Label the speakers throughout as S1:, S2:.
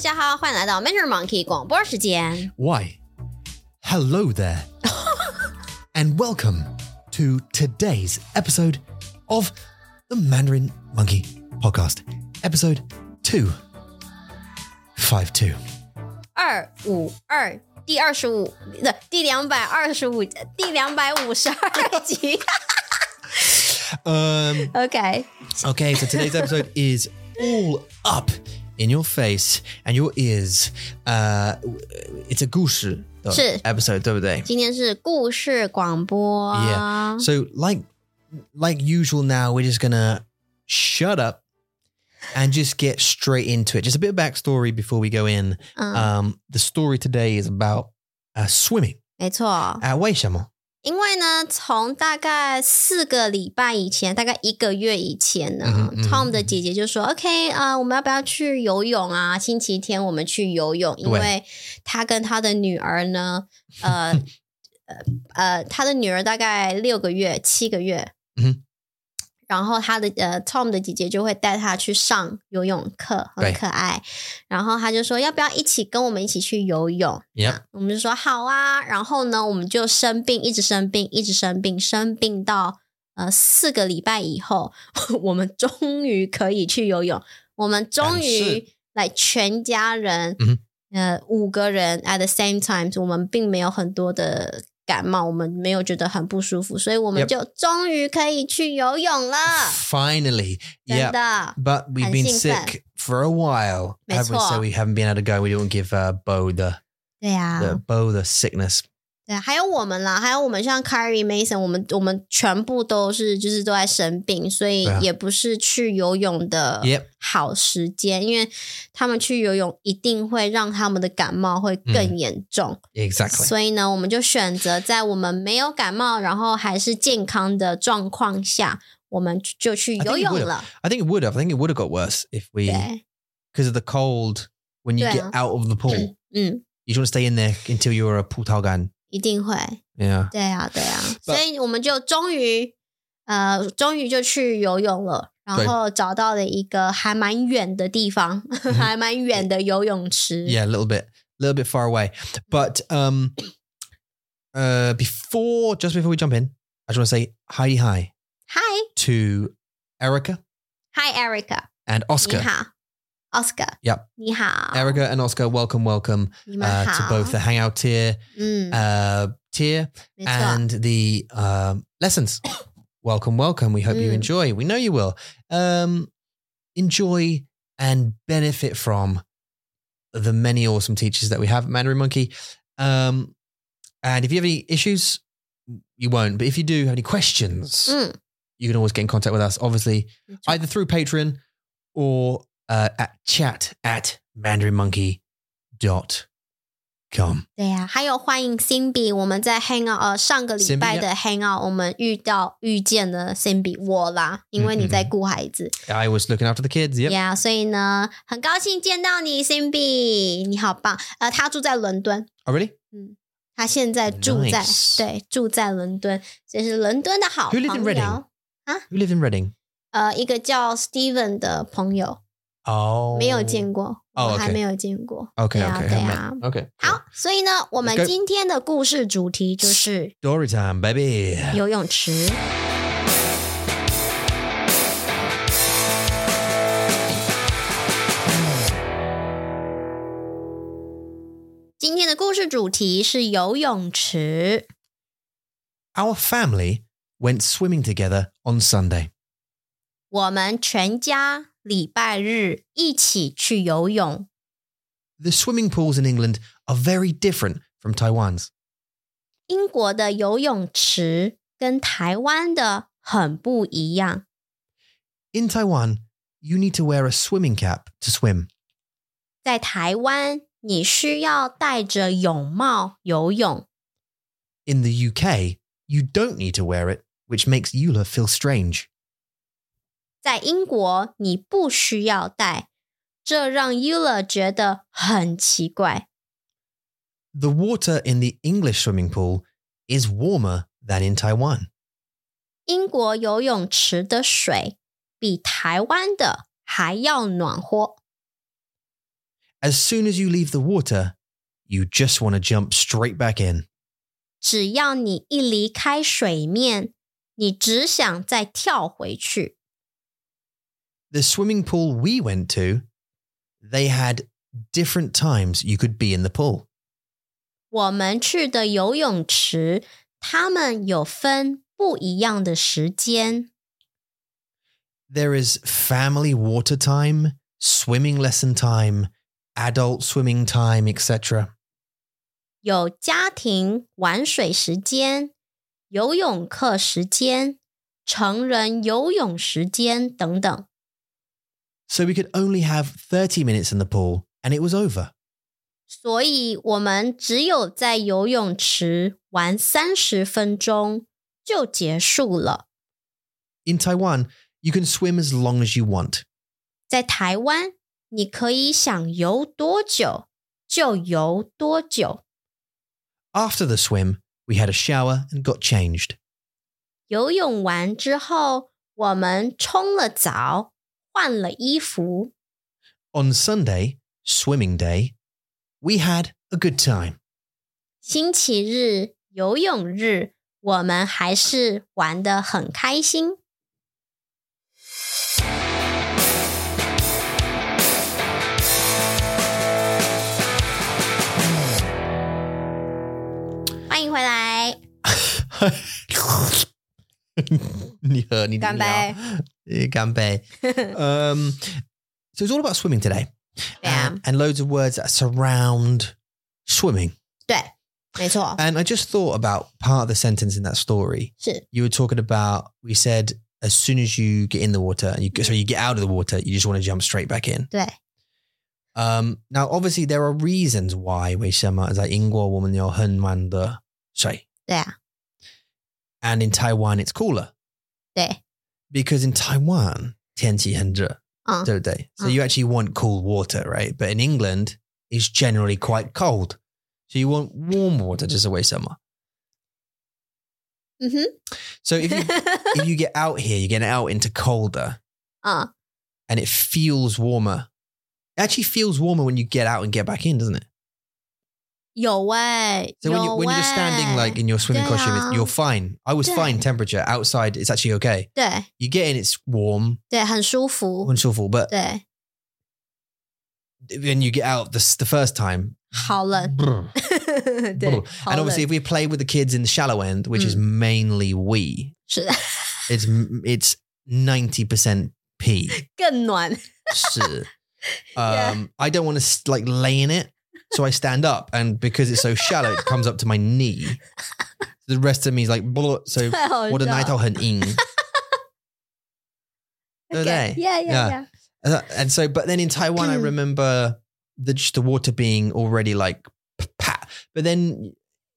S1: 家好，欢迎来到 Major Monkey 广播时间。
S2: Why? Hello there. and welcome to today's episode of the Mandarin Monkey Podcast, episode 252.
S1: 二五二第二十五的第两百二十五第两百五十二集。
S2: Um,
S1: OK，
S2: okay, so today's episode is all up in your face and your ears. Uh, it's a 故事
S1: 是。
S2: episode, 对不对？
S1: 今天是故事广播。
S2: Yeah. So like like usual now, we're just gonna shut up and just get straight into it. Just a bit of backstory before we go in.
S1: 嗯，
S2: Um, the story today is about uh, swimming.
S1: 没错，
S2: Uh, 为什么?
S1: 因为呢，从大概四个礼拜以前，大概一个月以前呢、
S2: 嗯哼嗯
S1: t
S2: 哼
S1: o m 的姐姐就说：“OK 啊、我们要不要去游泳啊？星期天我们去游泳，因
S2: 对
S1: 为他跟他的女儿呢， 呃呃呃，他的女儿大概六个月、七个月，
S2: 嗯哼
S1: 然后他的呃 Tom 的姐姐就会带他去上游泳课，很
S2: 对
S1: 可爱。然后他就说：要不要一起跟我们一起去游泳？
S2: Yep.
S1: 我们就说好啊，然后呢，我们就生病，一直生病，一直生病，生病到呃四个礼拜以后， 我们终于可以去游泳，我们终
S2: 但
S1: 于
S2: 是
S1: 来全家人，
S2: 嗯哼
S1: 呃，五个人 at the same time，我们并没有很多的感冒，我们没有觉得很不舒服，所以我们
S2: Yep
S1: 就终于可以去游泳了，
S2: Finally.
S1: 真
S2: Yeah.
S1: 的。
S2: But we've been
S1: 很兴奋。
S2: sick for a while, haven't we?
S1: 没错。
S2: So we haven't been able to go. We don't give uh, Bo the,
S1: 对啊呀、
S2: the Bo the sickness.
S1: 对，还有我们啦，还有我们像 Carrie Mason，我们我们全部都是就是都在生病，所以
S2: 对啊
S1: 也不是去游泳的
S2: Yep.
S1: 好时间，因为他们去游泳一定会让他们的感冒会更严重，
S2: 嗯 Exactly.
S1: 所以呢，我们就选择在我们没有感冒，然后还是健康的状况下，我们就去游泳了。
S2: I think it would have. I think it would have got worse if we
S1: 对，
S2: because of the cold when you
S1: Yeah.
S2: get out of the pool. you
S1: 嗯，
S2: just want to stay in there until you're a pool gun.
S1: 一定会。
S2: Yeah.
S1: 对啊，对啊，
S2: But-
S1: 所以我们就终于，呃，终于就去游泳了，然
S2: 对
S1: 后找到了一个还蛮远的地方，
S2: 嗯哼
S1: 还蛮远的游泳池。
S2: Yeah, a little bit, a little bit far away. But um uh before just before we jump in, I just want to say hi hi
S1: Hi，Hi
S2: to Erica
S1: Erica，
S2: and
S1: 你
S2: Oscar.
S1: 好，Oscar，
S2: Yep.
S1: 你好
S2: Erica and Oscar, welcome, welcome
S1: 你们
S2: uh,
S1: 好
S2: to both the hangout tier,
S1: 嗯，
S2: uh tier
S1: 没错，
S2: and the um lessons. welcome, welcome. We hope you
S1: Mm.
S2: enjoy. We know you will. Um, enjoy and benefit from the many awesome teachers that we have at Mandarin Monkey. Um, and if you have any issues, you won't. But if you do have any questions,
S1: 嗯，
S2: you can always get in contact with us, obviously,
S1: 没错
S2: either through Patreon or uh, at chat at mandarinmonkey.com.
S1: 对呀、还有欢迎 Cindy，我们在 hang out 呃上个礼
S2: Cindy，
S1: 拜的 hang out，我们遇到遇见了 Cindy 我啦，因
S2: 嗯
S1: 为你在顾孩子，
S2: I was looking after the kids. Yep.
S1: Yeah，所以呢，很高兴见到你，Simbi，你好棒。呃，他住在伦敦，
S2: Oh, really?
S1: 他现在住在
S2: Nice
S1: 对住在伦敦，这是伦敦的好
S2: Who
S1: 朋
S2: lives in
S1: 友
S2: Reading?。Who lived in Reading?
S1: 呃，一个叫 Steven 的朋友，
S2: 哦，
S1: 没有
S2: Oh.
S1: 见过，
S2: 哦
S1: 我还
S2: OK
S1: 没有见过。
S2: OK
S1: 对啊
S2: OK
S1: 对
S2: haven't
S1: 啊
S2: met.。OK
S1: 好，所以呢，我
S2: Let's
S1: 们
S2: go
S1: 今天的故事主题就是
S2: story time baby
S1: 游泳池。今天的故事主题是游泳池。
S2: Our family went swimming together on Sunday.
S1: 我们全家礼拜日一起去游泳。
S2: The swimming pools in England are very different from Taiwan's.
S1: 英国的游泳池跟台湾的很不一样。
S2: In Taiwan, you need to wear a swimming cap to swim.
S1: 在台湾，你需要戴着泳帽游泳；
S2: In the UK, you don't need to wear it, which makes Eula feel strange.
S1: 在英国，你不需要戴，这让 Yula 觉得很奇怪。
S2: The water in the English swimming pool is warmer than in Taiwan.
S1: 英国游泳池的水比台湾的还要暖和。
S2: As soon as you leave the water, you just want to jump straight back in.
S1: 只要你一离开水面，你只想再跳回去。
S2: The swimming pool we went to, they had different times you could be in the pool.
S1: 我们去的游泳池，他们有分不一样的时间，
S2: There is family water time, swimming lesson time, adult swimming time, etc.
S1: 有家庭玩水时间、游泳课时间、成人游泳时间等等。
S2: So we could only have 30 minutes in the pool and it was over.
S1: 所以我们只有在游泳池玩三十分钟就结束了。
S2: In Taiwan, you can swim as long as you want.
S1: 在台湾，你可以想游多久就游多久。
S2: After the swim, we had a shower and got changed.
S1: 游泳完之后，我们冲了澡，换了衣服。
S2: On Sunday, swimming day, we had a good time.
S1: 星期日游泳日，我们还是玩得很开心。欢迎回来，
S2: 你喝，你-
S1: 干杯！
S2: 你要-呃，干杯。Um, so it's all about swimming today. Uh,
S1: Yeah.
S2: And, and loads of words that surround swimming.
S1: 对，没错，
S2: And I just thought about part of the sentence in that story.
S1: 是
S2: You were talking about, we said, as soon as you get in the water, and you, so you get out of the water, you just want to jump straight back in.
S1: 对，
S2: Um, now, obviously, there are reasons why 为什么在英国我们有很慢的水。
S1: 对啊。
S2: And in Taiwan, it's cooler
S1: 对，
S2: because in Taiwan, 天气很热,
S1: 嗯，
S2: 对不对? So
S1: Mm.
S2: you actually want cool water, right? But in England, it's generally quite cold. So you want warm water just away summer.
S1: 嗯
S2: So if you,
S1: 哼，
S2: if you get out here, you get out into colder
S1: 嗯，
S2: and it feels warmer. It actually feels warmer when you get out and get back in, doesn't it?
S1: 有哎、
S2: So
S1: 有
S2: when, you, when you're just standing
S1: 欸
S2: like in your swimming costume, it's,
S1: Yeah.
S2: you're fine. I was
S1: Yeah.
S2: fine temperature outside. It's actually okay.
S1: 对
S2: You get in, it's warm,
S1: 对，很舒服，
S2: wonderful. But
S1: 对，
S2: then you get out the, s- the first time.
S1: 好冷，
S2: brr,
S1: 对
S2: brr.
S1: 好
S2: and
S1: 冷
S2: obviously, if we play with the kids in the shallow end, which is mainly we,
S1: 是的，
S2: it's m- it's ninety percent pee.
S1: 更暖，
S2: 是. um,
S1: Yeah.
S2: I don't want to like lay in it, so I stand up, and because it's so shallow, it comes up to my knee. The rest of me is like, brr, so
S1: 太好笑。
S2: 我的奶头很硬。对不对？
S1: Yeah, yeah, yeah.
S2: Uh, And so, but then in Taiwan, I remember the just the water being already like p- pat, but then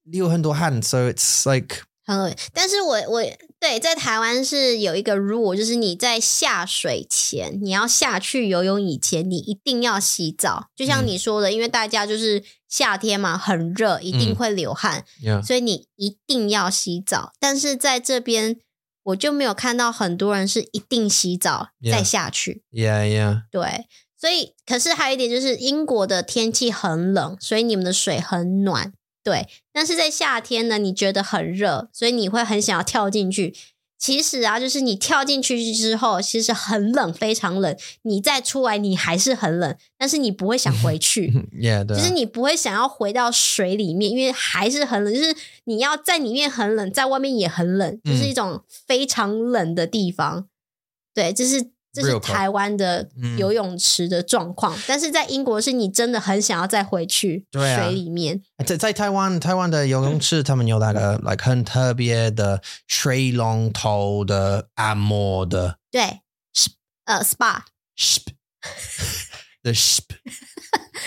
S2: you hand or hand, so it's like
S1: 很恶但是我我对在台湾是有一个 rule，就是你在下水前，你要下去游泳以前，你一定要洗澡。就像
S2: 嗯
S1: 你说的，因为大家就是夏天嘛，很热，一定
S2: 嗯
S1: 会流汗，
S2: yeah,
S1: 所以你一定要洗澡。但是在这边，我就没有看到很多人是一定洗澡
S2: Yeah
S1: 再下去。
S2: yeah, yeah.
S1: 对，所以可是还有一点就是英国的天气很冷，所以你们的水很暖。对，但是在夏天呢，你觉得很热，所以你会很想要跳进去。其实啊，就是你跳进去之后，其实很冷，非常冷。你再出来，你还是很冷，但是你不会想回 去，
S2: yeah,
S1: 就
S2: the-
S1: 是你不会想要回到水里面，因为还是很冷。就是你要在里面很冷，在外面也很冷，
S2: 嗯
S1: 就是一种非常冷的地方。对，这是这是
S2: Real cold
S1: 台湾的
S2: Mm.
S1: 游泳池的状况，但是在英国是你真的很想要再回去
S2: 对啊
S1: 水里面，
S2: 在在台湾，台湾的游泳池他们有那个 like 很特别的水龙头的按摩的
S1: 对，是呃 SPA
S2: sp the sp。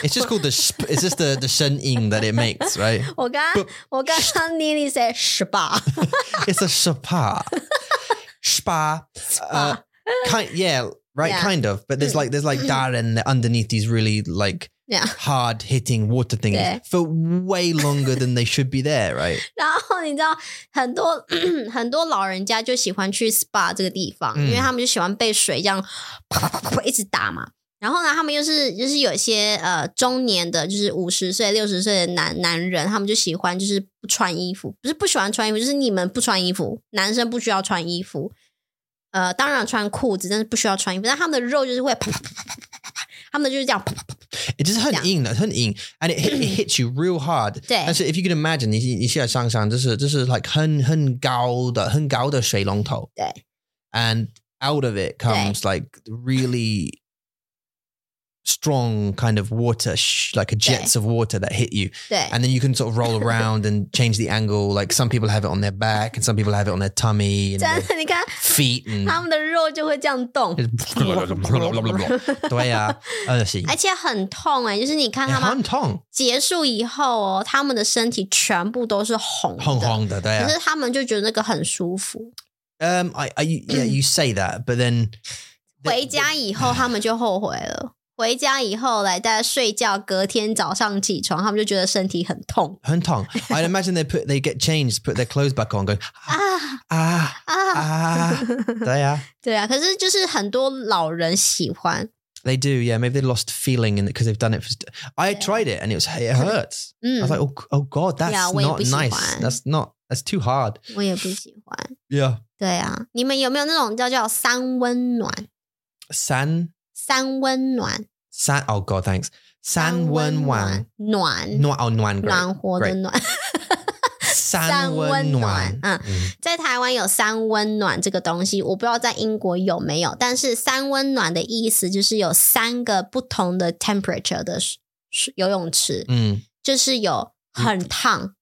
S2: It's just called the sp. It's just the the 声音 that it makes, right?
S1: 我刚刚我刚刚 Lily say SPA
S2: It's a spa, spa. Uh,
S1: SPA，
S2: kind yeah, right,
S1: Yeah. Mm-hmm.
S2: kind of. But there's like there's like that and underneath these really like
S1: Yeah.
S2: hard hitting water things
S1: Yeah.
S2: for way longer than they should be there, right?
S1: 然后你知道很多 很多老人家就喜欢去 SPA 这个地方，
S2: 嗯
S1: 因为他们就喜欢被水这样啪啪啪啪一直打嘛。然后呢，他们又是就是有一些呃中年的，就是五十岁、六十岁的男男人，他们就喜欢就是不穿衣服，不是不喜欢穿衣服，就是你们不穿衣服，男生不需要穿衣服。呃，当然穿裤子，但是不需要穿衣服。但他们的肉就是会啪啪啪啪啪啪啪啪，他们就是这样啪啪啪。
S2: It just
S1: 这样。
S2: 很硬的，很硬，and it, hit, it hits you real hard.
S1: 对。
S2: 但是 if you can imagine, imagine，你你现在想想，这是这是 like 很很高的很高的水龙头。
S1: 对。
S2: And out of it comes like really strong kind of water, sh- like a jets of water that hit you,
S1: 对
S2: and then you can sort of roll around and change the angle. Like some people have it on their back, and some people have it on their tummy and
S1: 真
S2: their
S1: 的，你看
S2: feet, and
S1: 他们的肉就会这样动， 而且很痛嗯哎、就是你看他们结束以后哦，他们的身体全部都是红的，可是他们就觉得那个很舒服。
S2: Um, I, I, yeah, you say that, but then
S1: 回家以后，他们就后悔 了。回家以后，来大家睡觉，隔天早上起床，他们就觉得身体很痛
S2: Huntong. I'd imagine they put they get changed, put their clothes back on, go
S1: 啊
S2: ah ah
S1: 啊！
S2: ah. they are.
S1: 对啊，可是就是很多老人喜欢，
S2: They do, yeah. Maybe they lost feeling in because they've done it. For, st- I
S1: Yeah.
S2: tried it and it was it hurts. I
S1: 嗯
S2: was，like, oh, oh god, that's
S1: Yeah, well,
S2: not
S1: it'd be
S2: nice.
S1: fine.
S2: That's not. That's too hard.
S1: 我也不喜欢。
S2: Yeah.
S1: 对啊，你们有没有那种叫叫三温暖？
S2: San
S1: 三温暖，
S2: san. Oh god, thanks. San wen
S1: 温
S2: wan.
S1: 暖
S2: 暖 oh, nuan, great.
S1: 暖和的
S2: Great.
S1: 暖，
S2: San
S1: 三温暖，
S2: wen Uh. nuan. Mm,
S1: 嗯。在台湾有三温暖这个东西，我不知道在英国有没有，但是三温暖的意思就是有三个不同的 temperature 的水水游泳池，
S2: Mm.
S1: 就是有很烫，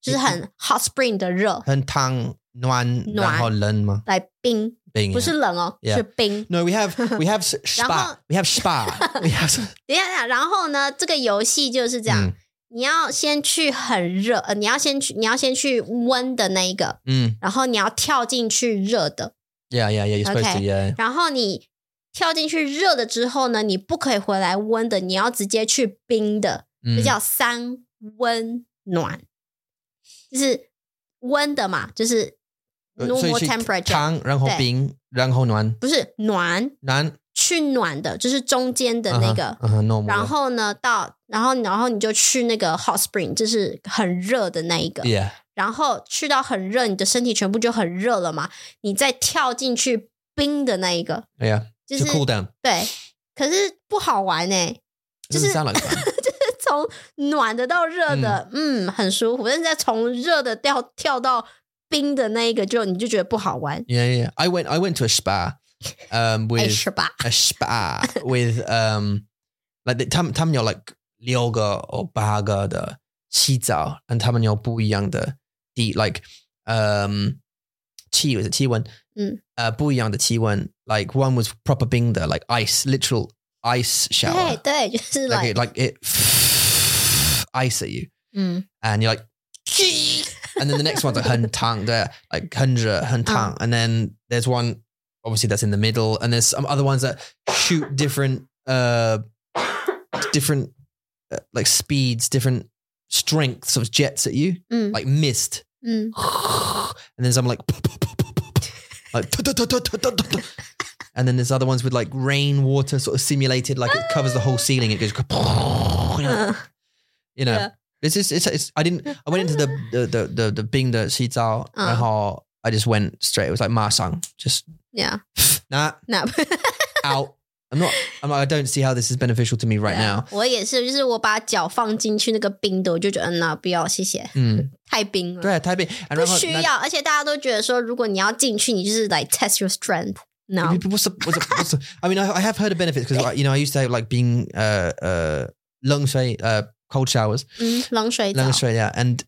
S1: 就是很 hot spring 的热，
S2: Huntang nuan.
S1: 暖。
S2: 然后冷吗？
S1: 来冰，
S2: 冰啊。
S1: 不是冷哦，
S2: Yeah
S1: 是冰。
S2: No, we have we have s-
S1: Rahul-
S2: spa. We have spa.
S1: 等
S2: We have
S1: 一下，等一下，然后呢，这个游戏就是这样，
S2: Mm,
S1: 你要先去很热，呃，你要先去，你要先去温的那一个，
S2: mm.
S1: 然后你要跳进去热的，
S2: Yeah, yeah, yeah. You're supposed
S1: Okay.
S2: to. Yeah.
S1: 然后你跳进去热的之后呢，你不可以回来温的，你要直接去冰的，这
S2: Mm.
S1: 叫三温暖，就是温的嘛，就是
S2: 呃
S1: normal
S2: 所以是
S1: temperature，
S2: 汤，然后
S1: 对
S2: 冰，然后暖
S1: 不是暖
S2: 暖
S1: 去暖的，就是中间
S2: ，uh-huh，
S1: 的那个。
S2: 嗯哼，normal 的。
S1: 然后呢，到然后然后你就去那个 hot spring，就是很热的那一个。
S2: yeah，
S1: 然后去到很热，你的身体全部就很热了嘛。你再跳进去冰的那一个，
S2: yeah，
S1: 就
S2: 就是 cool down。
S1: 对，可是不好玩呢、就是
S2: Doesn't sound like fun.
S1: 从暖的到热的，嗯很舒服。但是再从热的掉跳到冰的那一个就，你就觉得不好玩，
S2: Yeah, yeah. I went I went to a spa, um,
S1: 哎
S2: with
S1: 是吧？
S2: a spa with um, like the 他们他们有 like 六个 or 八个的洗澡，and 他们有不一样的地 like um, 嗯气温气温，
S1: 嗯，
S2: 呃不一样的气温，like one was proper 冰的，like ice literal ice
S1: 对
S2: shower。
S1: 对，就是来、
S2: like it, like it ice at you,
S1: 嗯
S2: and you're like, and then the next one's like hun tang, there like hundred hun tang, and then there's one obviously that's in the middle, and there's some other ones that shoot different, uh, different uh, like speeds, different strengths of jets at you,
S1: 嗯
S2: like mist,
S1: 嗯，
S2: and then some like like and then there's other ones with like rain water sort of simulated like it covers the whole ceiling it goes you know,
S1: 嗯
S2: you know
S1: Yeah.
S2: it's just it's, it's i didn't i went into the the the the, the bing the seats out
S1: Uh.
S2: and how i just went straight it was like ma sang just
S1: ，Yeah，
S2: nah
S1: 那
S2: out i'm not i'm like i don't see how this is beneficial to me right now
S1: 我也是，就是我把脚放进去那个冰的，我就觉得嗯那不要，谢谢，
S2: mm.
S1: 太冰了，
S2: 对啊，台北，and
S1: 不
S2: Rahul-
S1: 需
S2: 那-
S1: 要。而且大家都觉得说，如果你要进去，你就是来 test your strength，no，
S2: What's the, what's the, what's the, I mean, I, I have heard of benefits because, you know, I used to like being uh, uh, lung shui, uh, cold showers,
S1: 嗯，冷水澡
S2: lung shui, yeah. And,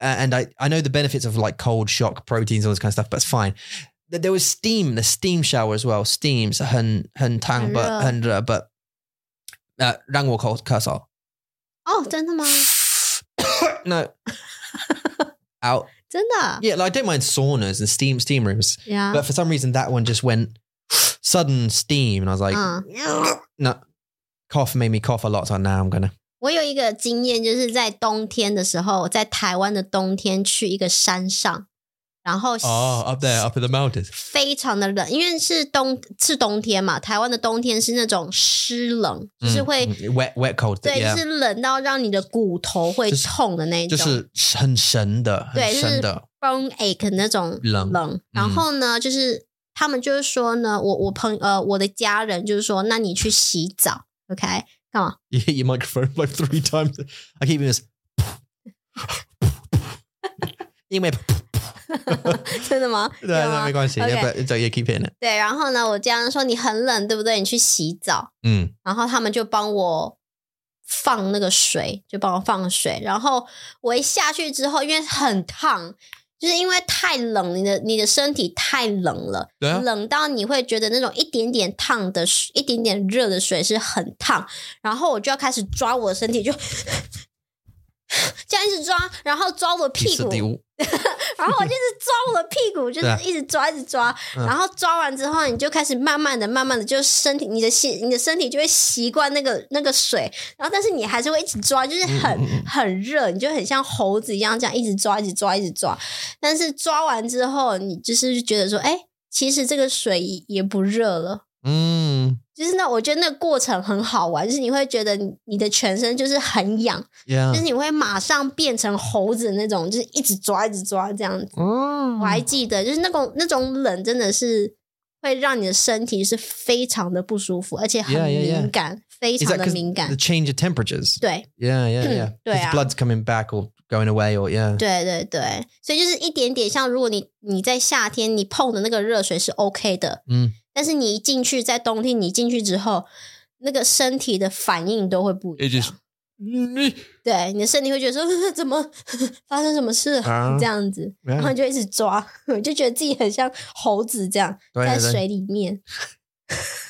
S2: uh, and I, I know the benefits of like cold shock proteins, all this kind of stuff, but it's fine. There there was steam, the steam shower as well. Steams, hen, hen tang, but,
S1: 很热。
S2: hen, re, but, uh, rang wo cold cursor.
S1: 哦，真的吗？
S2: No. Out.
S1: 真的啊
S2: Yeah, like, I don't mind saunas and steam, steam rooms,
S1: 呀
S2: but for some reason that one just went sudden steam. And I was like,
S1: 嗯，
S2: no. Cough made me cough a lot, so now I'm gonna.
S1: 我有一个经验，就是在冬天的时候，在台湾的冬天去一个山上，然后
S2: Oh, up there, up in the mountains.
S1: 非常的冷，因为是冬是冬天嘛，台湾的冬天是那种湿冷，就是会、
S2: Mm, wet, wet cold.
S1: 对，
S2: yeah.
S1: 就是冷到让你的骨头会
S2: 就是
S1: 痛的那一种，
S2: 就是很神的，
S1: 对
S2: 很
S1: 就是
S2: 神的，
S1: bone ache 那种
S2: 冷嗯
S1: 冷。然后呢，就是他们就是说呢，我我朋呃我的家人就是说，那你去洗澡，OK？干 嘛？
S2: You hit your microphone like three times. I keep doing this. 因 为
S1: 真的吗？
S2: 对对没关系，
S1: OK
S2: 要不要就也 keep hitting it。
S1: 对，然后呢，我家人说你很冷，对不对？你去洗澡，
S2: 嗯，
S1: 然后他们就帮我放那个水，就帮我放水。然后我一下去之后，因为很烫，就是因为太冷，你的你的身体太冷了，
S2: 对啊，
S1: 冷到你会觉得那种一点点烫的水、一点点热的水是很烫。然后我就要开始抓我的身体，就 这样一直抓，然后抓我的
S2: 第
S1: 屁
S2: 四
S1: 股，
S2: 第五，
S1: 然后我就是抓我的屁股，就
S2: 对啊
S1: 是一直抓，一直抓，
S2: 嗯
S1: 然后抓完之后，你就开始慢慢的、慢慢的，就身体、你的心、你的身体就会习惯那个那个水，然后但是你还是会一直抓，就是很、
S2: 嗯嗯嗯
S1: 很热，你就很像猴子一样这样一直抓、一直抓、一直抓，但是抓完之后，你就是觉得说，哎，其实这个水也也不热了。
S2: 嗯
S1: 就是那，我觉得那个过程很好玩，就是你会觉得你你的全身就是很痒，就是
S2: ，yeah，
S1: 你会马上变成猴子那种，就是一直抓、一直抓这样子。
S2: 嗯
S1: 我还记得，就是那种那种冷，真的是会让你的身体是非常的不舒服，而且很
S2: Yeah, yeah, yeah.
S1: 敏感非
S2: Is
S1: 常
S2: that
S1: 的
S2: 'cause
S1: 敏
S2: The
S1: 感。
S2: change of temperatures.
S1: 对
S2: Yeah, yeah, yeah.
S1: 对
S2: 'Cause
S1: 啊
S2: blood's coming back or going away or yeah.
S1: 对对对，所以就是一点点像，如果你你在夏天你碰的那个热水是 OK 的，
S2: 嗯，
S1: 但是你一进去在冬天，你进去之后，那个身体的反应都会不一
S2: It
S1: 样。
S2: just. 嗯
S1: 对，你的身体会觉得说 怎么发生什么事、
S2: 啊
S1: 这样子，
S2: 对
S1: 然后你就一直抓， 就觉得自己很像猴子这样。
S2: 对
S1: 在
S2: 对
S1: 水里面，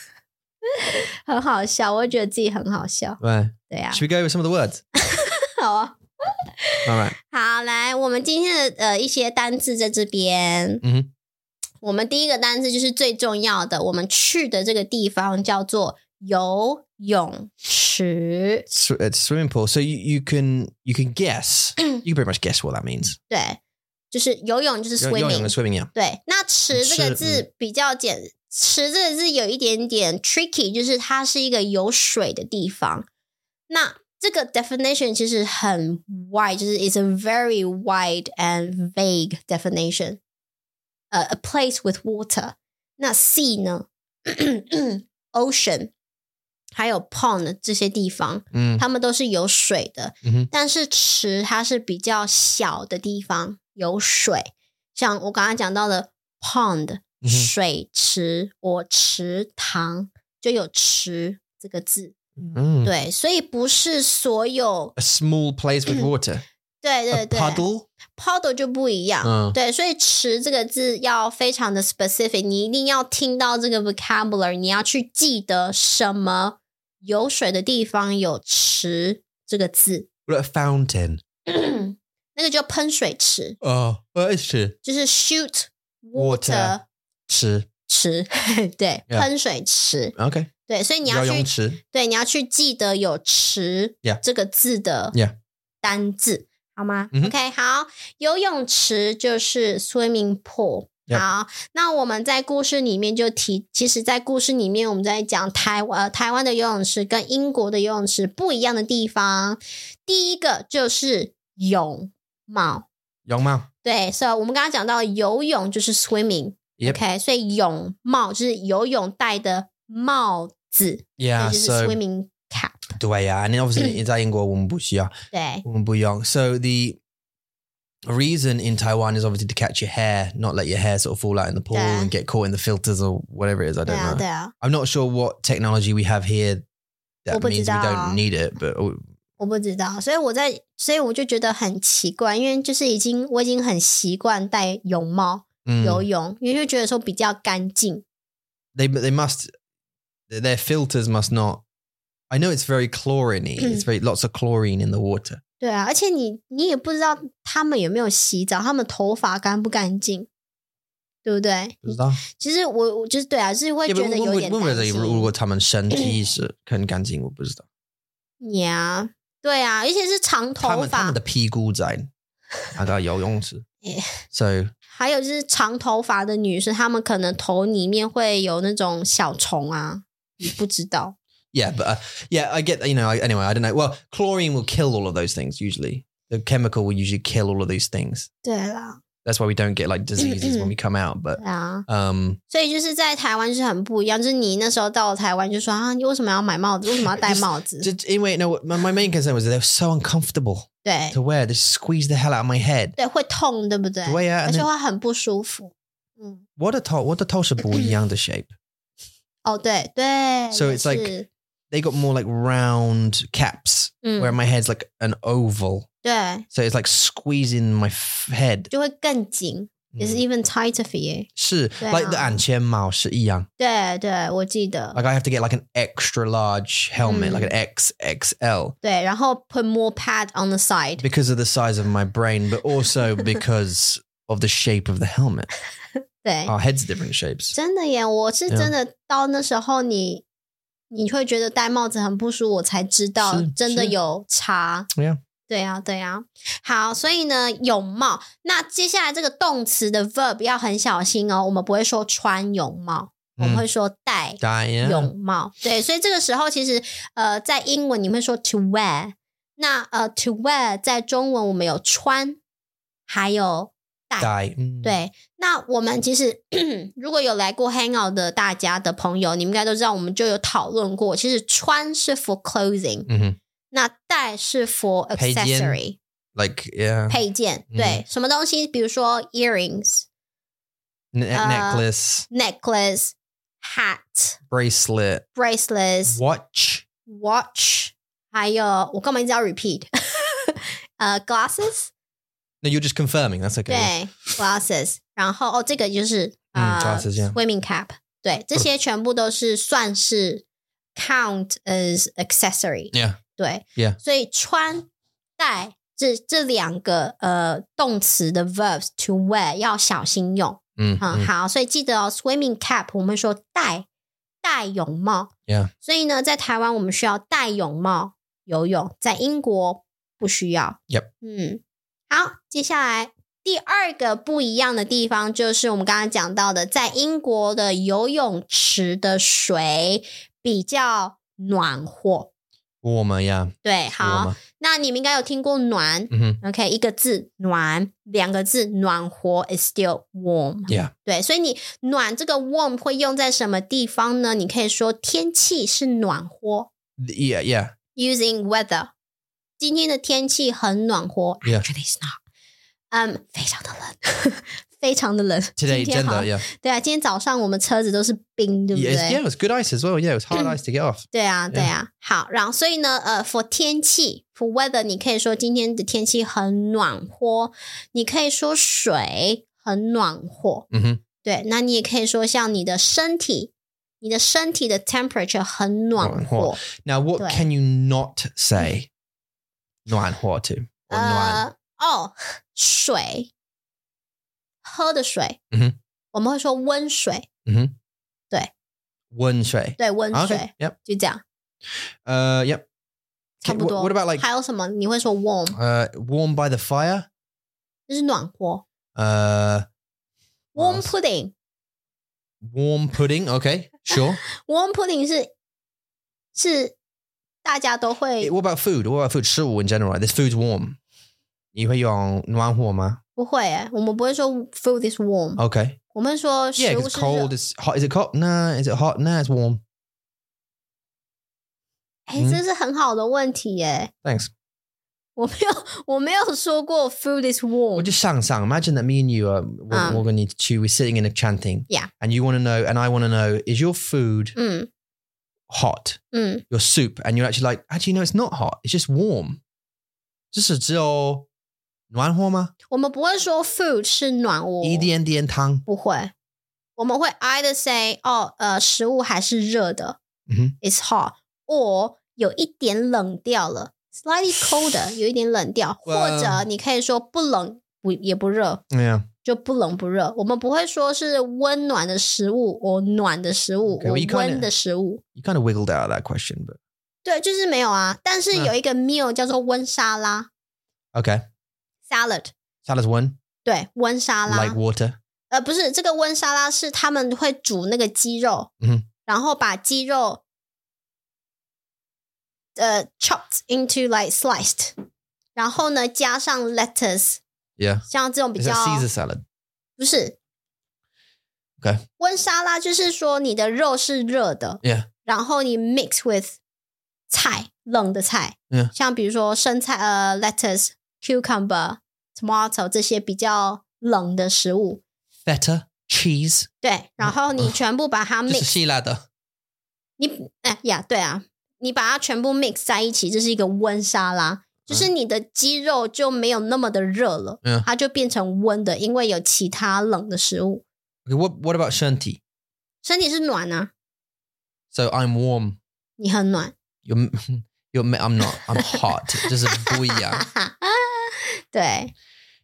S1: 很好笑，我会觉得自己很好笑。
S2: 对。
S1: 对呀、
S2: Should we go with some of the words?
S1: 好啊，
S2: All right.
S1: 好，来，我们今天的呃一些单字在这边。
S2: 嗯哼
S1: 我们第一个单字就是最重要的，我们去的这个地方叫做游泳池。
S2: Sw- It's swimming pool. So you, you can you can guess. you can pretty much guess what that means.
S1: 对，就是游泳就是
S2: You're- you're in the
S1: swimming。
S2: swimming, yeah.
S1: 对，那池这个
S2: 池
S1: 字比较简，池这个字有一点点 tricky，就是它是一个有水的地方。那这个 definition 其实很 wide，就是 it's a very wide and vague definition。呃、a place with water。那 sea 呢 ，ocean，还有 pond 这些地方，
S2: Mm.
S1: 它们都是有水的，
S2: 嗯哼
S1: 但是池它是比较小的地方有水，像我刚刚讲到的 pond、
S2: 嗯哼
S1: 水池或池塘就有池这个字，
S2: Mm.
S1: 对，所以不是所有
S2: A small place with water.
S1: 对
S2: a
S1: 对对
S2: 呃 puddle. Oh.
S1: puddle 就不一样。
S2: 嗯
S1: 对，所以池这个字要非常的 specific，你一定要听到这个 vocabulary，你要去记得什么有水的地方有池这个字。
S2: What about a fountain?
S1: 那个叫喷水池，
S2: Oh, what is it?
S1: 就是 shoot water
S2: Water 池
S1: 池，对
S2: Yeah
S1: 喷水池，
S2: ，OK，
S1: 对，所以你要
S2: 游
S1: 去，
S2: 泳池
S1: 对，你要去记得有池
S2: Yeah
S1: 这个字的
S2: Yeah
S1: 单字，好吗、
S2: 嗯哼
S1: o k 好，游泳池就是 swimming pool。
S2: Yeah
S1: 好，那我们在故事里面就提，其实，在故事里面我们在讲台湾呃台湾的游泳池跟英国的游泳池不一样的地方。第一个就是泳帽，
S2: 泳帽
S1: 对，所以我们刚刚讲到游泳就是 swimming，OK，、
S2: Yep.
S1: OK，所以泳帽就是游泳戴的帽子，
S2: ，Yeah，
S1: 就是
S2: so
S1: swimming cap。
S2: 对呀，and obviously 你在英国我们不需要，
S1: 对，
S2: 我们不用。So the reason in Taiwan is obviously to catch your hair, not let your hair sort of fall out in the pool
S1: Yeah.
S2: and get caught in the filters or whatever it is. I
S1: 对
S2: don't
S1: 啊，
S2: know.
S1: 对啊，
S2: I'm not sure what technology we have here that
S1: 我不知
S2: means we don't
S1: 道。
S2: need it, but oh,
S1: 我不知道，所以我在，所以我就觉得很奇怪，因为就是已经我已经很习惯戴泳帽游
S2: mm,
S1: 泳，因为就觉得说比较干净。
S2: they they must their filters must not. I know it's very chloriney. It's very lots of chlorine in the water.
S1: 对啊，而且你你也不知道他们有没有洗澡，他们头发干不干净，对不对？
S2: 不知道。
S1: 其实我我就是对啊，就是会
S2: Yeah,
S1: 觉
S2: but
S1: 得
S2: when
S1: 有
S2: we-
S1: 点
S2: when we're
S1: 担
S2: like,
S1: 心。
S2: 如果他们身体是很干净，我不知道。
S1: 呀对啊，而且是长
S2: 他
S1: 头
S2: 们他
S1: 发
S2: 们的，屁股在那个游泳池，
S1: 哎、 Yeah.
S2: So
S1: 还有就是长头发的女生，她们可能头里面会有那种小虫啊，你不知道。
S2: yeah, but uh, yeah, I get you know. I, anyway, I don't know. Well, chlorine will kill all of those things usually. The chemical will usually kill all of these things.
S1: 对啦，
S2: That's why we don't get like diseases when we come out. But
S1: 对啊，
S2: um,
S1: 所以就是在台湾是很不一样，就是你那时候到了台湾就说啊，你为什么要买帽子？为什么要戴帽子？
S2: just, anyway, no. My, my main concern was that they were so uncomfortable
S1: 对
S2: to wear. They squeezed the hell out of my head.
S1: 对，会痛，对不对？
S2: The way out,
S1: 而
S2: and
S1: 且
S2: then,
S1: 会很不舒服。嗯，
S2: what a tall, what a Tulsa ball yonder shape.
S1: 哦，对对。
S2: So
S1: 也
S2: it's like-
S1: 是
S2: They got more like round caps
S1: 嗯
S2: where my head's like an oval.
S1: 对，
S2: So it's like squeezing my f- head.
S1: 就会更紧，也
S2: 嗯
S1: 是 even tighter fit。
S2: 是
S1: Yeah.
S2: like the 安全帽是一样。
S1: 对对，我记得。
S2: Like I have to get like an extra large helmet,
S1: Mm.
S2: like an XXL,
S1: 对，然后 put more pad on the side。
S2: because of the size of my brain, but also because of the shape of the helmet.
S1: 对，
S2: Our Oh, heads are different shapes.
S1: 真的耶！我是
S2: Yeah.
S1: 真的到那时候你，你会觉得戴帽子很不舒服，我才知道
S2: 是
S1: 真的
S2: 是啊
S1: 有差。
S2: Yeah.
S1: 对呀、对呀、好，所以呢，泳帽。那接下来这个动词的 verb 要很小心哦，我们不会说穿泳帽，我们
S2: 嗯啊
S1: 会说戴
S2: Diane.
S1: 泳帽。对，所以这个时候其实呃，在英文你会说 to wear，那呃 to wear 在中文我们有穿，还有
S2: Die. Mm.
S1: 对，那我们其实 如果有来过 Hangout 的大家的朋友，你们应该都知道，我们就有讨论过，其实穿是 for clothing，、
S2: Mhm.
S1: 那戴是 for
S2: 配件
S1: accessory
S2: Like, yeah.
S1: 配件。
S2: 嗯
S1: 对，什么东西？比如说 earrings、
S2: Ne-
S1: Uh,
S2: necklace,
S1: necklace、hat、
S2: bracelet,
S1: bracelets、
S2: watch,
S1: watch，还有我干嘛一直要 repeat？呃、g l a s s e s
S2: No, you're just confirming. That's okay.
S1: 对，glasses，然后哦，这个就是
S2: 嗯
S1: 啊、呃
S2: glasses, yeah
S1: swimming cap，对，这些全部都是算是 count as accessory，
S2: Yeah.
S1: 对
S2: Yeah
S1: 所以穿戴这这两个呃动词的 verbs to wear 要小心用，
S2: Mm,
S1: 嗯，
S2: mm.
S1: 好，所以记得哦，swimming cap 我们说戴戴泳帽
S2: Yeah
S1: 所以呢，在台湾我们需要戴泳帽游泳，在英国不需要。
S2: Yep
S1: 嗯，好，接下来第二个不一样的地方就是我们刚刚讲到的，在英国的游泳池的水比较暖和。
S2: Warmer, yeah.
S1: 对，好，
S2: Warmer.
S1: 那你们应该有听过暖
S2: hmm
S1: OK，一个字暖，两个字暖和，is still warm。
S2: Yeah.
S1: 对，所以你暖这个 warm 会用在什么地方呢？你可以说天气是暖和
S2: Yeah, yeah.
S1: ，using weather。今天的天气很暖和
S2: Yeah.
S1: actually it's not。嗯，非常的冷， 非常的冷。今
S2: Today,
S1: 天
S2: gender,
S1: 好
S2: yeah.
S1: 对啊，今天早上我们车子都是冰，对不
S2: Yeah,
S1: 对
S2: it's- yeah, it was good ice as well. Yeah, it was hard ice to get off.
S1: 对啊，对啊。好，然后所以呢，呃，for 天气，for weather，你可以说今天的天气很暖和，你可以说水很暖和，
S2: hmm
S1: 对，那你也可以说像你的身体，你的身体的 temperature 很暖
S2: 暖
S1: 和
S2: 和，Now, what
S1: Right.
S2: can you not say? Nuan hua to. Or nuan.
S1: 呃，哦，水，喝的水，
S2: 嗯哼
S1: 我们会说温水，
S2: Wen shui.
S1: 对，温水
S2: Okay. Yep.
S1: 就这样，
S2: Uh, yep.
S1: 差
S2: Okay,
S1: 不
S2: what,
S1: 多。
S2: what about like
S1: 还有什么？你会说 warm，
S2: uh, warm by the fire?
S1: 就是暖
S2: 啊
S1: 和
S2: Uh,
S1: ，warm
S2: Warm
S1: pudding。
S2: warm pudding. Okay, sure.
S1: warm pudding 是是大家都会
S2: what about food? What about food? 食物 in general, right? This food's warm. 你会用暖和吗?
S1: 不会、欸，我们不会说 food is warm，、
S2: Okay.
S1: 我们说
S2: 哦 Yeah,
S1: 食
S2: because
S1: 物
S2: it's
S1: 是
S2: cold.
S1: 热。
S2: It's hot. Is it hot? Nah. Is it hot? Nah, it's warm.
S1: 哎、
S2: 嗯
S1: 这是很好的问题耶、
S2: Thanks.
S1: 我没有我没有说过 food is
S2: Well,
S1: warm，
S2: just sang sang. Imagine that me and you are we're,
S1: Um.
S2: we're going to we're sitting in a chanting.
S1: Yeah.
S2: And you want to know, and I want to know, is your food
S1: 嗯
S2: hot?
S1: 嗯
S2: Your soup, and you're actually like, actually no, it's not hot. It's just warm. Just a jill. Nuan homa.
S1: 我们不会说 food 是暖窝
S2: E D N D N tang.
S1: 不会，我们会 either say 哦呃食物还是热的、
S2: 嗯哼
S1: i t s hot，or 有一点冷掉了，slightly colder 有一点冷掉，或者
S2: Well-
S1: 你可以说不冷不也不热，
S2: Yeah.
S1: 就不冷不热。我们不会说是温暖的食物，我暖的食物，
S2: Okay,
S1: 我
S2: well, you kinda-
S1: 温的食物。
S2: You kind of wiggled out of that question, but
S1: 对，就是没有啊。但是
S2: 嗯
S1: 有一个 meal 叫做温沙拉
S2: okay.
S1: salad，
S2: Salad's one.
S1: 对，温沙拉
S2: like water.
S1: 呃，不是这个温沙拉是他们会煮那个鸡肉，
S2: 嗯哼
S1: 然后把鸡肉呃 chopped into like sliced，然后呢加上 lettuce，
S2: Yeah.
S1: 像这种比
S2: Is
S1: 较
S2: that Caesar salad?
S1: 不是
S2: Okay.
S1: 温沙拉，就是说你的肉是热的，
S2: Yeah.
S1: 然后你 mix with 菜冷的菜
S2: Yeah.
S1: 像比如说生菜呃 lettuce、cucumber、tomato 这些比较冷的食物，
S2: Feta, cheese.
S1: 对，然后你
S2: 嗯
S1: 全部把它 mix
S2: Just a ladder.
S1: 你哎呀，对啊，你把它全部 mix 在一起，这是一个温沙拉，就是你的鸡肉就没有那么的热了，
S2: 嗯
S1: 它就变成温的，因为有其他冷的食物，
S2: Okay, what what about shanti?
S1: 身体是暖啊，
S2: So I'm warm.
S1: 你很暖，
S2: You're you're ma- I'm not. I'm hot. Just a booyah.
S1: 对，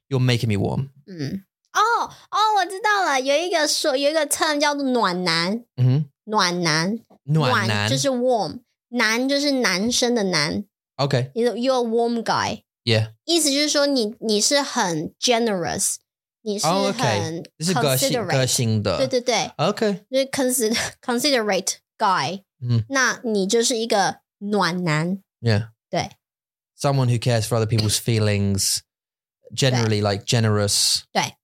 S2: You're making me warm.
S1: 嗯，哦哦，我知道了，有一个说有一个 term 叫做暖男，
S2: Mm-hmm.
S1: 暖男，
S2: 暖男.
S1: 就是 warm，男就是男生的男，
S2: Okay.
S1: 你 you're a warm guy。
S2: Yeah.
S1: 意思就是说你你是很 generous，你是
S2: 哦
S1: 很
S2: ，OK，This is
S1: considerate，、对对对，
S2: Okay.
S1: 就是 consider considerate guy，
S2: 嗯
S1: 那你就是一个暖男，
S2: Yeah.
S1: 对
S2: Someone who cares for other people's feelings. Generally, like generous.
S1: 对。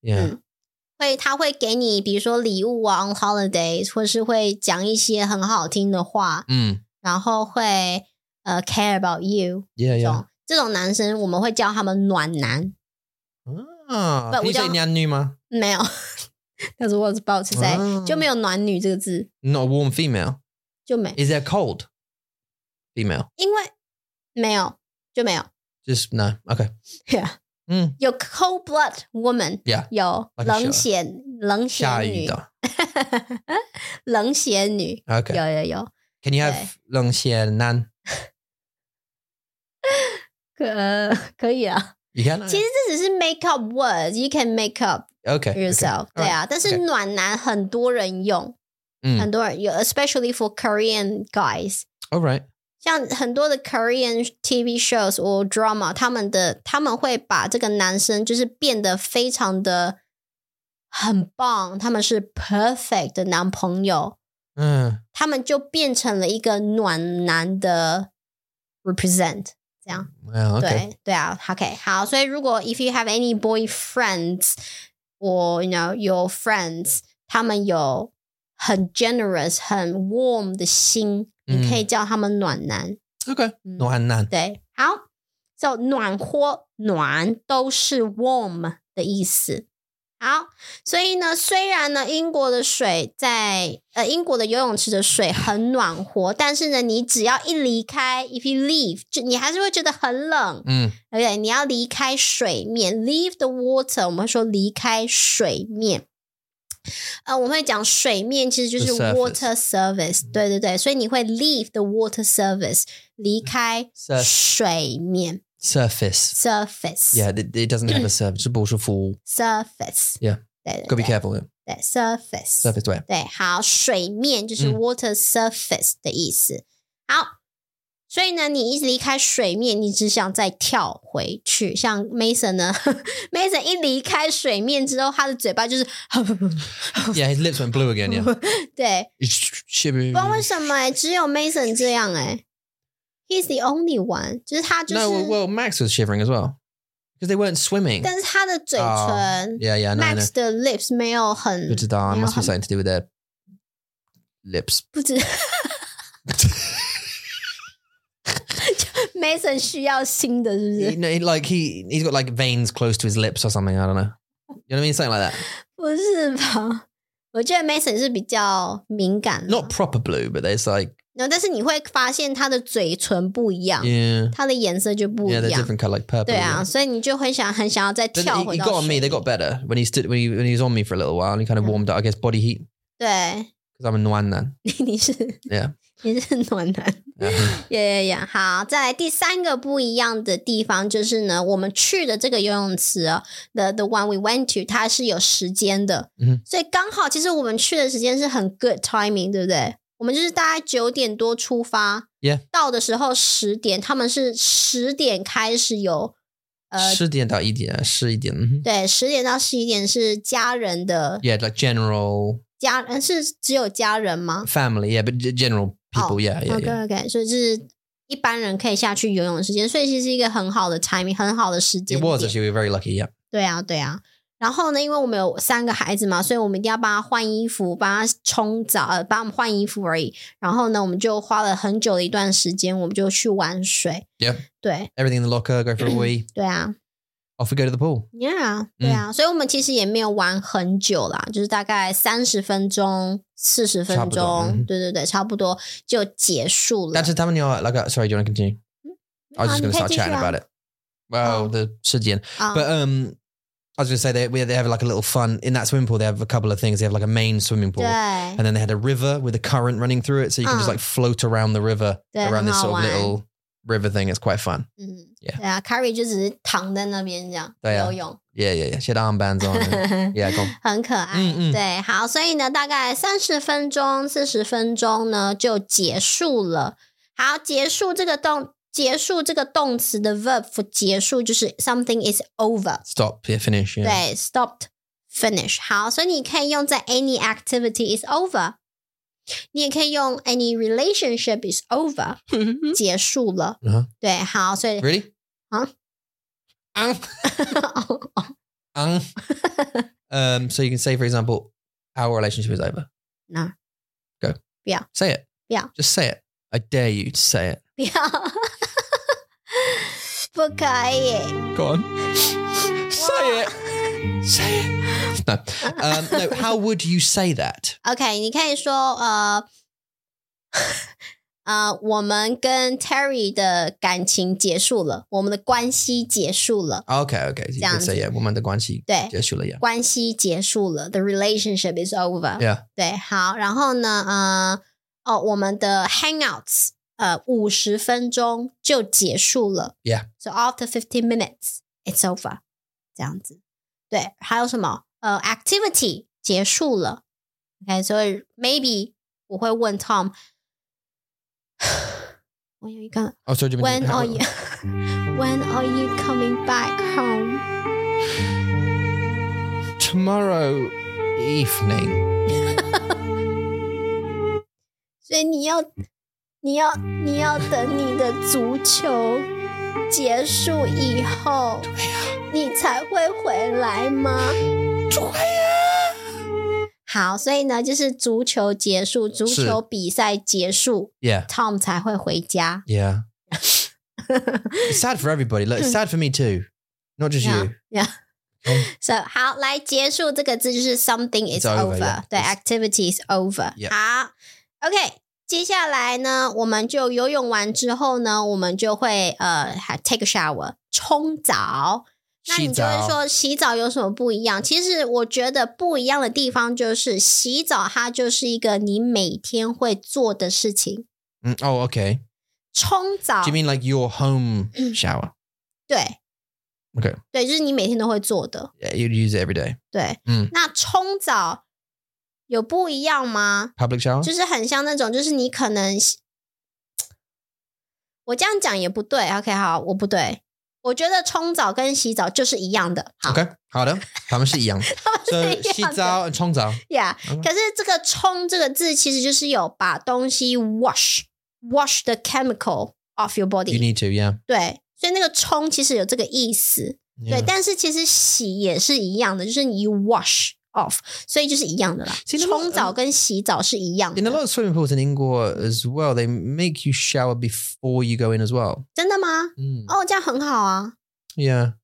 S2: Yeah.
S1: 会他会给你比如说礼物啊，on holidays，或是会讲一些很好听的话，
S2: Mm.
S1: 然后会呃 care about you，
S2: Yeah.
S1: 这
S2: Yeah.
S1: 种这种男生我们会叫他们暖男，
S2: Ah,
S1: But
S2: can
S1: we
S2: you say
S1: don't-
S2: 娘女吗？
S1: 没有， 但是我 was about to say、
S2: 哦
S1: 就没有暖女这个字，
S2: Not a warm female.
S1: 就没，
S2: Is there cold female?
S1: 因为没有就没有。
S2: Just no. Okay.
S1: Yeah.
S2: Mm.
S1: 有 cold blood woman，
S2: Yeah.
S1: 有
S2: Like a
S1: 冷血冷血女，
S2: 下雨的。
S1: 冷血女
S2: Okay.
S1: 有有有，
S2: Can you have 冷血男？
S1: 可、呃、可以啊。
S2: You can.
S1: 其实这只是 make up words，you can make up
S2: okay. okay.
S1: yourself，、对啊。但是
S2: okay
S1: 暖男很多人用，
S2: Mm.
S1: 很多人有，especially for Korean guys。
S2: All right.
S1: 像很多的 Korean TV shows or drama，他们的他们会把这个男生就是变得非常的很棒，他们是 perfect 的男朋友，
S2: 嗯，
S1: 他们就变成了一个暖男的 represent。
S2: Well,
S1: 对、
S2: okay.
S1: 对啊，OK，好，所以如果 if you have any boyfriends or you know your friends，他们有很 generous、很 warm 的心，
S2: 嗯
S1: 你可以叫他们暖男。
S2: Hmm. Okay.
S1: 嗯
S2: 暖男。
S1: 对，好，so 暖或暖都是 warm 的意思。好，所以呢，虽然呢，英国的水在呃英国的游泳池的水很暖和，但是呢，你只要一离开，if you leave，就你还是会觉得很冷，
S2: 嗯，
S1: 对不对？你要离开水面，leave the water，我们会说离开水面。呃，我们会讲水面其实就是
S2: The surface
S1: water surface，对对对，所以你会 leave the water surface，离开
S2: Surf-
S1: 水面
S2: surface.
S1: surface，surface，
S2: Yeah, it, it doesn't have a surface. 是不是full? Yeah.
S1: 对对
S2: Gotta
S1: 对
S2: be careful. yeah.
S1: 对 surface，
S2: Surface 对。
S1: 对，好，水面就是
S2: 嗯
S1: water surface 的意思。好，所以呢，你一离开水面，你只想再跳回去。像 Mason 呢 ，Mason 一离开水面之后，他的嘴巴就是 Oh.
S2: Yeah, his lips went blue again. Yeah.
S1: 对，不知道为
S2: Shibu.
S1: 什么、欸、只有 Mason 这样哎、He's the only one，就是他就是
S2: No, well, well, Max was shivering as well because they weren't swimming.
S1: 但是他的嘴唇、
S2: Oh, yeah, yeah, no, I know.
S1: Max 的 lips 没有很
S2: Good to die. It must be
S1: Yeah.
S2: something to do with their lips.
S1: 不知 Mason 需要新的，是不
S2: You
S1: 是？
S2: know, he- like he, he's got like veins close to his lips or something. I don't know. You know what I mean? Something like that.
S1: 不是吧？我觉得 Mason 是比较敏感的
S2: Not，proper blue, but there's like
S1: 然后但是你会发现他的嘴唇不一样，
S2: yeah,
S1: 他的颜色就不
S2: yeah,
S1: 一
S2: they're
S1: 样。
S2: different color, like purple.
S1: 对啊，
S2: yeah.
S1: 所以你就会想很想要再
S2: Then
S1: 跳
S2: he,
S1: 回
S2: he
S1: 到
S2: got on
S1: 水
S2: me.
S1: 里
S2: They got better when he stood when he, when he was on me for a little while and he kind of
S1: Yeah.
S2: warmed up. I guess body heat
S1: 对，
S2: because I'm a Nuan then.
S1: 你你是
S2: Yeah.
S1: 你是暖男。
S2: Yeah.
S1: 耶耶耶！好，再来第三个不一样的地方就是呢，我们去的这个游泳池哦，the the one we went to，它是有时间的，
S2: 嗯哼
S1: 所以刚好其实我们去的时间是很 good timing，对不对？我们就是大概九点多出发
S2: Yeah
S1: 到的时候十点，他们是十点开始有 呃，
S2: 十点到一点，十一点。嗯哼
S1: 对，十点到十一点是家人的
S2: Mm-hmm. Yeah, like general
S1: 家，呃是只有家人吗
S2: family. Yeah, but g- general people. yeah, yeah,
S1: ？OK
S2: yeah.
S1: OK，所以是一般人可以下去游泳的时间，所以其实是一个很好的 timing，很好的时间
S2: It was
S1: 点
S2: actually we were very lucky. Yeah.
S1: 对啊，对啊。然后呢，因为我们有三个孩子嘛，所以我们一定要帮他换衣服，帮他冲澡，呃，帮我们换衣服而已。然后呢，我们就花了很久的一段时间，我们就去玩水。
S2: Yep.
S1: 对，
S2: Everything in the locker. Go for a wee.
S1: 对啊，
S2: Off we go to the pool.
S1: Yeah，对
S2: 嗯
S1: 啊，所以我们其实也没有玩很久啦，就是大概三十分钟、四十
S2: 差
S1: 分
S2: 不多
S1: 钟
S2: 嗯，
S1: 对对对，差不多就结束了。啊
S2: That's the time when you're like, uh, sorry, do you want to continue? I was just going to start chatting about it. Well,
S1: Um, Oh.
S2: the Sidian.
S1: 啊
S2: But um, I was going to say they we, they have like a little fun in that swimming pool. They have a couple of things. They have like a main swimming pool,
S1: 对
S2: and then they had a river with a current running through it, so you can just
S1: Uh.
S2: like float around the river
S1: Yeah,
S2: around this
S1: how
S2: sort of
S1: I-
S2: little river thing. It's quite fun.
S1: 嗯
S2: Yeah
S1: 对啊，Carrie 就只是躺在那边这样
S2: 对啊嗯
S1: 游泳，
S2: Yeah, yeah, yeah. She had armbands on. and- yeah, go. on.
S1: 很可爱。
S2: 嗯嗯
S1: 对，好，所以呢，大概三十分钟、四十分钟呢就结束了。好，结束这个动，结束这个动词的 verb 结束就是 something is over。
S2: Stop. Yeah, finish. Yeah.
S1: 对，stopped finish。好，所以你可以用在 any activity is over，你也可以用 any relationship is over，结束了。
S2: Uh-huh.
S1: 对，好，所以
S2: Really?
S1: Huh?
S2: Um, um. um. So you can say, for example, our relationship is over.
S1: No.
S2: Go.
S1: Yeah.
S2: Say it.
S1: Yeah.
S2: Just say it. I dare you to say it.
S1: 不要， 不可以。
S2: Go on. say it. Say it. No. Um, no. How would you say that?
S1: OK，你可以说呃呃，我们跟 Terry 的感情结束了，我们的关系结束了，
S2: Okay. Okay. So you could say yeah. 我们的关系
S1: 对。
S2: 结束了, yeah.
S1: 关系结束了，the relationship is over。
S2: Yeah.
S1: 对，好，然后呢，呃，哦，我们的 Hangouts，呃，五十分钟就结束了。
S2: Yeah.
S1: So after fifteen minutes, it's over。这样子。对，还有什么？呃，activity 结束了。OK，所以 maybe 我会问 Tom，我有一个
S2: Oh, sorry. do you mean-
S1: When
S2: how-
S1: are you When are you coming back home？
S2: Tomorrow evening.
S1: 所以你要，你要，你要等你的足球结束以后，你才会回来吗？好，所以呢，就是足球结束，足
S2: 是
S1: 球比赛结束
S2: Yeah.
S1: ，Tom 才会回家。
S2: Yeah. it's sad for everybody. Look, it's sad for me too. Not just you.
S1: Yeah.
S2: Okay.
S1: So 好，来结束这个字就是 something is
S2: It's over,
S1: over，,
S2: yeah.
S1: 对
S2: It's-
S1: ，activity is over。
S2: Yeah.
S1: 好，OK，接下来呢，我们就游泳完之后呢，我们就会呃还 take a shower 冲澡。那你就会
S2: 洗澡。
S1: 说洗澡有什么不一样？其实我觉得不一样的地方就是洗澡，它就是一个你每天会做的事情。
S2: Mm, oh, okay.
S1: 冲澡
S2: Do you mean like your home shower?
S1: 对
S2: Okay.
S1: 对，就是你每天都会做的。
S2: Yeah, you'd use it every day. Mm.
S1: 对，
S2: 嗯
S1: 那冲澡有不一样吗？
S2: Public shower?
S1: 就是很像那种，就是你可能，我这样讲也不对。OK，好，我不对。我觉得冲澡跟洗澡就是一样的。好
S2: Okay. 好的，他们是一样。So 洗澡 and 冲澡。
S1: ，Yeah。
S2: 嗯
S1: 可是这个“冲”这个字，其实就是有把东西 wash wash the chemical off your
S2: You
S1: body。
S2: need to, yeah.
S1: 对，所以那个“冲”其实有这个意思。对，
S2: yeah.
S1: 但是其实洗也是一样的，就是你 wash off，所以就是一样的啦。
S2: See, in a lot-
S1: 冲澡跟洗澡是一样
S2: In
S1: 的，
S2: a lot of swimming pools in Ingor as well, they make you shower before you go in as well.
S1: 真的吗？
S2: Mm.
S1: 哦，这样很好啊。
S2: Yeah.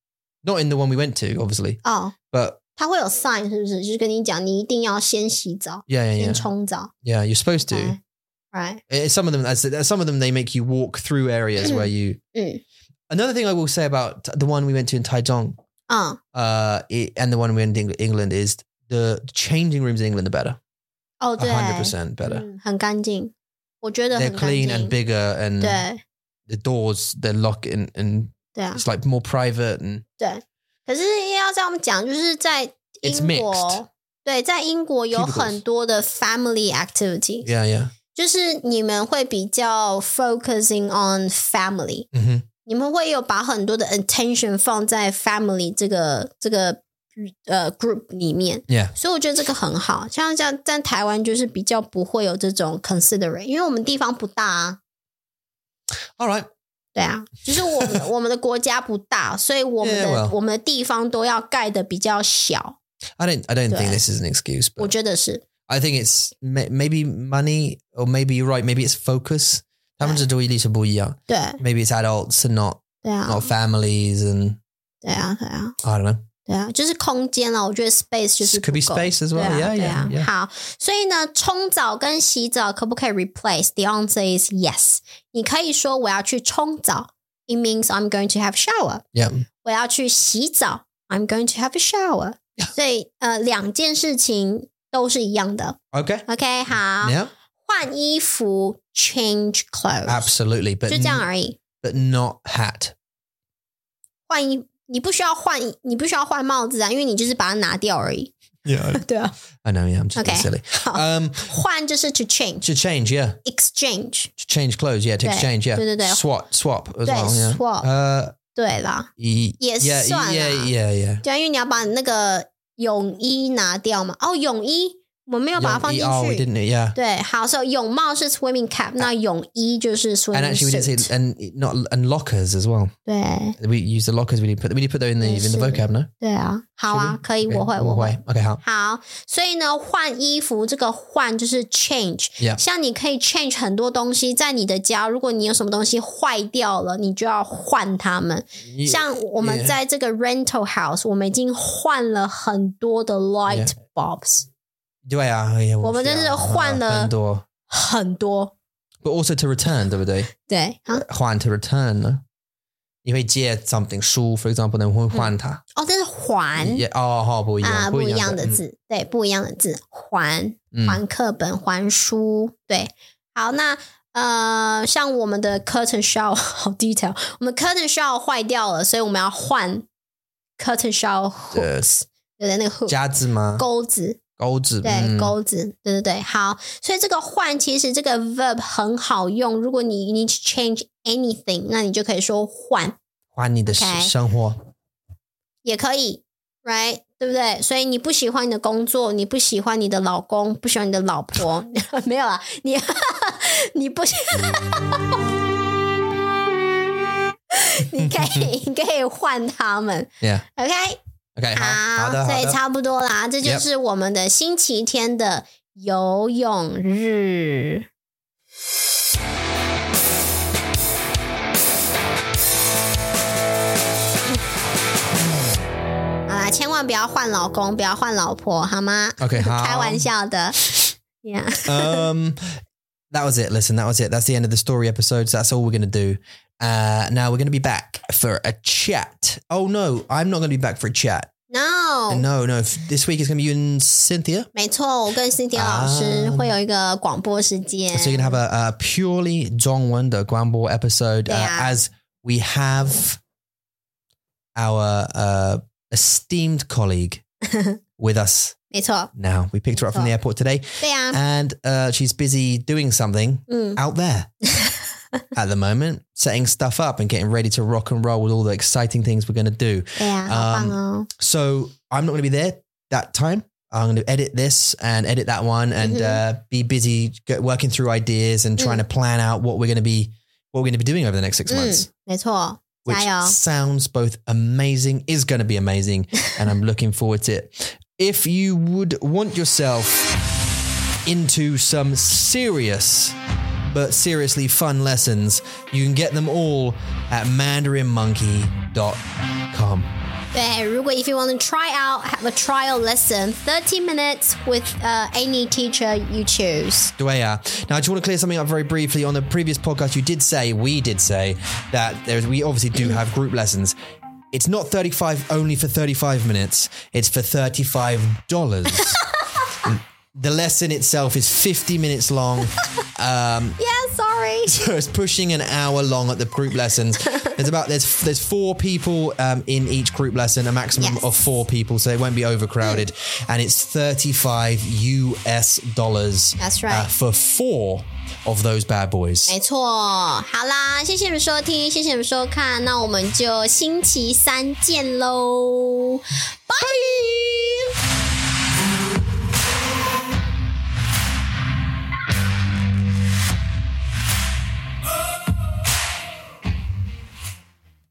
S2: Not in the one we went to, obviously,
S1: 哦，
S2: but
S1: 它会有 sign 是不是？就是跟你讲，你一定要先洗澡，
S2: yeah, yeah,
S1: 先
S2: yeah.
S1: 冲澡。
S2: Yeah, you're supposed to.
S1: Okay. Right？
S2: Eh, Some of them, as some of them, they make you walk through areas where you.
S1: 嗯
S2: Another thing I will say about the one we went to in Taichung,
S1: 嗯，
S2: uh, it, and the one we went in Eng- England is the changing rooms in England are better,
S1: 哦对，
S2: hundred percent better.
S1: 嗯，很干净，我觉得
S2: They're
S1: 很干
S2: clean and
S1: 净。
S2: bigger, and
S1: 对
S2: the doors they're locked and and
S1: 对啊，
S2: it's like more private and
S1: 对。可是要这样讲，就是在
S2: It's
S1: 英
S2: mixed.
S1: 国，对，在英国有
S2: Cubicles
S1: 很多的 family activity。
S2: yeah, yeah.
S1: 就是你们会比较 focusing on family，
S2: hmm
S1: 你们会有把很多的 attention 放在 family 这个这个呃 group 里面，
S2: Yeah.
S1: 所以我觉得这个很好。像像在台湾就是比较不会有这种 consider，因为我们地方不大啊，
S2: All right.
S1: 对啊，就是我 们我们的国家不大，所以我们的
S2: Yeah, well.
S1: 我们的地方都要盖的比较小，
S2: I don't. I don't
S1: Yeah.
S2: think this is an excuse,
S1: 我
S2: but
S1: 觉得是
S2: I think it's may, maybe money, or maybe you're right. Maybe it's focus. 他们这多一例是不一样.
S1: 对
S2: Maybe it's adults and not
S1: 对啊
S2: not families, and
S1: 对啊对啊
S2: I don't know.
S1: 对啊，就是空间啦，我觉得 space 就是
S2: Could be
S1: 不够
S2: space as
S1: 对
S2: well.
S1: 啊
S2: Yeah,
S1: 对
S2: yeah,
S1: 啊
S2: yeah.
S1: 好，所以呢，冲澡跟洗澡可不可以 replace？The answer is yes。你可以说我要去冲澡，It means I'm going to have shower。
S2: Yeah.
S1: 我要去洗澡，I'm going to have a shower。所以呃，两件事情都是一样的。
S2: Okay.
S1: OK，好
S2: Yeah.
S1: 换衣服 change clothes，
S2: Absolutely.
S1: 就
S2: But
S1: 这样
S2: n-
S1: 而已。
S2: but not hat.
S1: 换衣，你不需要换，你不需要换帽子啊，因为你就是把它拿掉而 已。
S2: Yeah.
S1: 对啊，
S2: I know. Yeah. I'm just being
S1: Okay.
S2: silly.
S1: 好
S2: Um.
S1: 换就是 to change
S2: To change. Yeah.
S1: exchange。
S2: To change clothes. Yeah. To
S1: 对，
S2: exchange. Yeah.
S1: 对，对，对。
S2: Swap. Swap as
S1: 对
S2: well. Yeah.
S1: swap
S2: Uh.
S1: 对啦。
S2: y-
S1: Yes,
S2: Yeah.
S1: 算
S2: Yeah.
S1: 啦
S2: Yeah. Yeah.
S1: 对啊，因为你要把你那个泳衣拿掉嘛。哦，泳衣哦我没有把它放进
S2: Young- Oh, we
S1: 去。
S2: didn't. Yeah.
S1: 对，好，所以泳帽是 swimming cap，那泳衣就是
S2: And
S1: swimming
S2: actually, we didn't
S1: suit。
S2: say and e, not and lockers as well.
S1: 对
S2: We use the lockers. We didn't put. We didn't put that in the
S1: Yes,
S2: in the
S1: sure.
S2: vocab. No.
S1: 对啊，好啊
S2: Should，we?
S1: 可以，
S2: Okay,
S1: 我会，我会。
S2: Okay. 好。
S1: 好，所以呢，换衣服这个换就是 change。
S2: Yeah.
S1: 像你可以 change 很多东西，在你的家，如果你有什么东西坏掉了，你就要换它们。
S2: You-
S1: 像我们
S2: Yeah.
S1: 在这个 rental house，我们已经换了很多的 light bulbs，
S2: 对啊，哎呀，
S1: 我们真是
S2: 是啊，
S1: 换了-
S2: 很多。
S1: 很多。
S2: Ah, But also to return, 对不对？
S1: 对啊，
S2: 换 to return 呢？你会借 something 书 for example 呢，会换它。
S1: 哦，这是还
S2: Yeah, 哦，好，不一样，
S1: 啊，不一
S2: 不一样
S1: 样
S2: 的，
S1: 的
S2: 嗯，
S1: 字，对，不一样的字，还
S2: 嗯，
S1: 还课本，还书，对。好，那呃，像我们的 curtain shower 好 detail，我们 curtain shower 坏掉了，所以我们要换 curtain shower hooks，对对，那个 hook
S2: 夹子吗？
S1: 钩子，
S2: 钩子，
S1: 对，
S2: 嗯，
S1: 钩子，对对对，好，所以这个换其实这个 verb 很好用，如果你 you need to change anything，那你就可以说换，
S2: 换你的
S1: Okay.
S2: 生活。
S1: 也可以，right？对不对？所以你不喜欢你的工作，你不喜欢你的老公，不喜欢你的老婆， 没有啊？你 你不喜， 你可以你可以换他们
S2: Yeah.
S1: ，OK？
S2: Okay, 好，好的，
S1: 所以
S2: 好的。
S1: 差不多啦，这就
S2: Yep
S1: 是我们的星期天的游泳日。
S2: 嗯
S1: 好啦，千万不要换老公，不要换老婆，好吗
S2: Okay, 好。
S1: 开玩笑的。Yeah，
S2: um, that was it. Listen, that was it. That's the end of the story episodes. That's all we're going to do. Uh, now we're going to be back for a chat. Oh no, I'm not going to be back for a chat.
S1: No，
S2: No, no. f- This week is going to be you and Cynthia.
S1: 没错，我跟 Cynthia 老师
S2: 啊
S1: 会有一个广播时间。
S2: So you're going to have a, a purely Dongwon the Guanbo episode uh,
S1: Yeah.
S2: as we have our uh, esteemed colleague with us
S1: 没错，
S2: now. We picked her up from the airport today,
S1: 对啊，
S2: and uh, she's busy doing something.
S1: 嗯，
S2: out there at the moment, setting stuff up and getting ready to rock and roll with all the exciting things we're going to do.
S1: 对啊，好棒
S2: 嗯
S1: 哦。
S2: So I'm not going to be there that time. I'm going to edit this and edit that one and uh, be busy go- working through ideas and trying to plan out what we're going to be what we're going to be doing over the next six
S1: Mm.
S2: months.
S1: 没错，
S2: Which
S1: Wow.
S2: sounds both amazing, is going to be amazing, and I'm looking forward to it. If you would want yourself into some serious but seriously fun lessons, you can get them all at mandarinmonkey.com.
S1: 对，如果 if you want to try out have a trial lesson, thirty minutes with uh, any teacher you choose.
S2: Dwaya. Now, I just want to clear something up very briefly. On the previous podcast, you did say, we did say, that there's, we obviously do have group lessons. It's not 35 only for 35 minutes, it's for $35. the lesson itself is 50 minutes long.
S1: Yes, sorry.
S2: So it's pushing an hour long at the group lessons. There's about there's there's four people um, in each group lesson, a maximum
S1: Yes. Mm.
S2: of four people, so they won't be overcrowded. And it's 35 US dollars. uh,
S1: That's right.
S2: for four of those bad boys.
S1: 没错，好啦，谢谢你们收听，谢谢你们收看，那我们就星期三见喽，拜。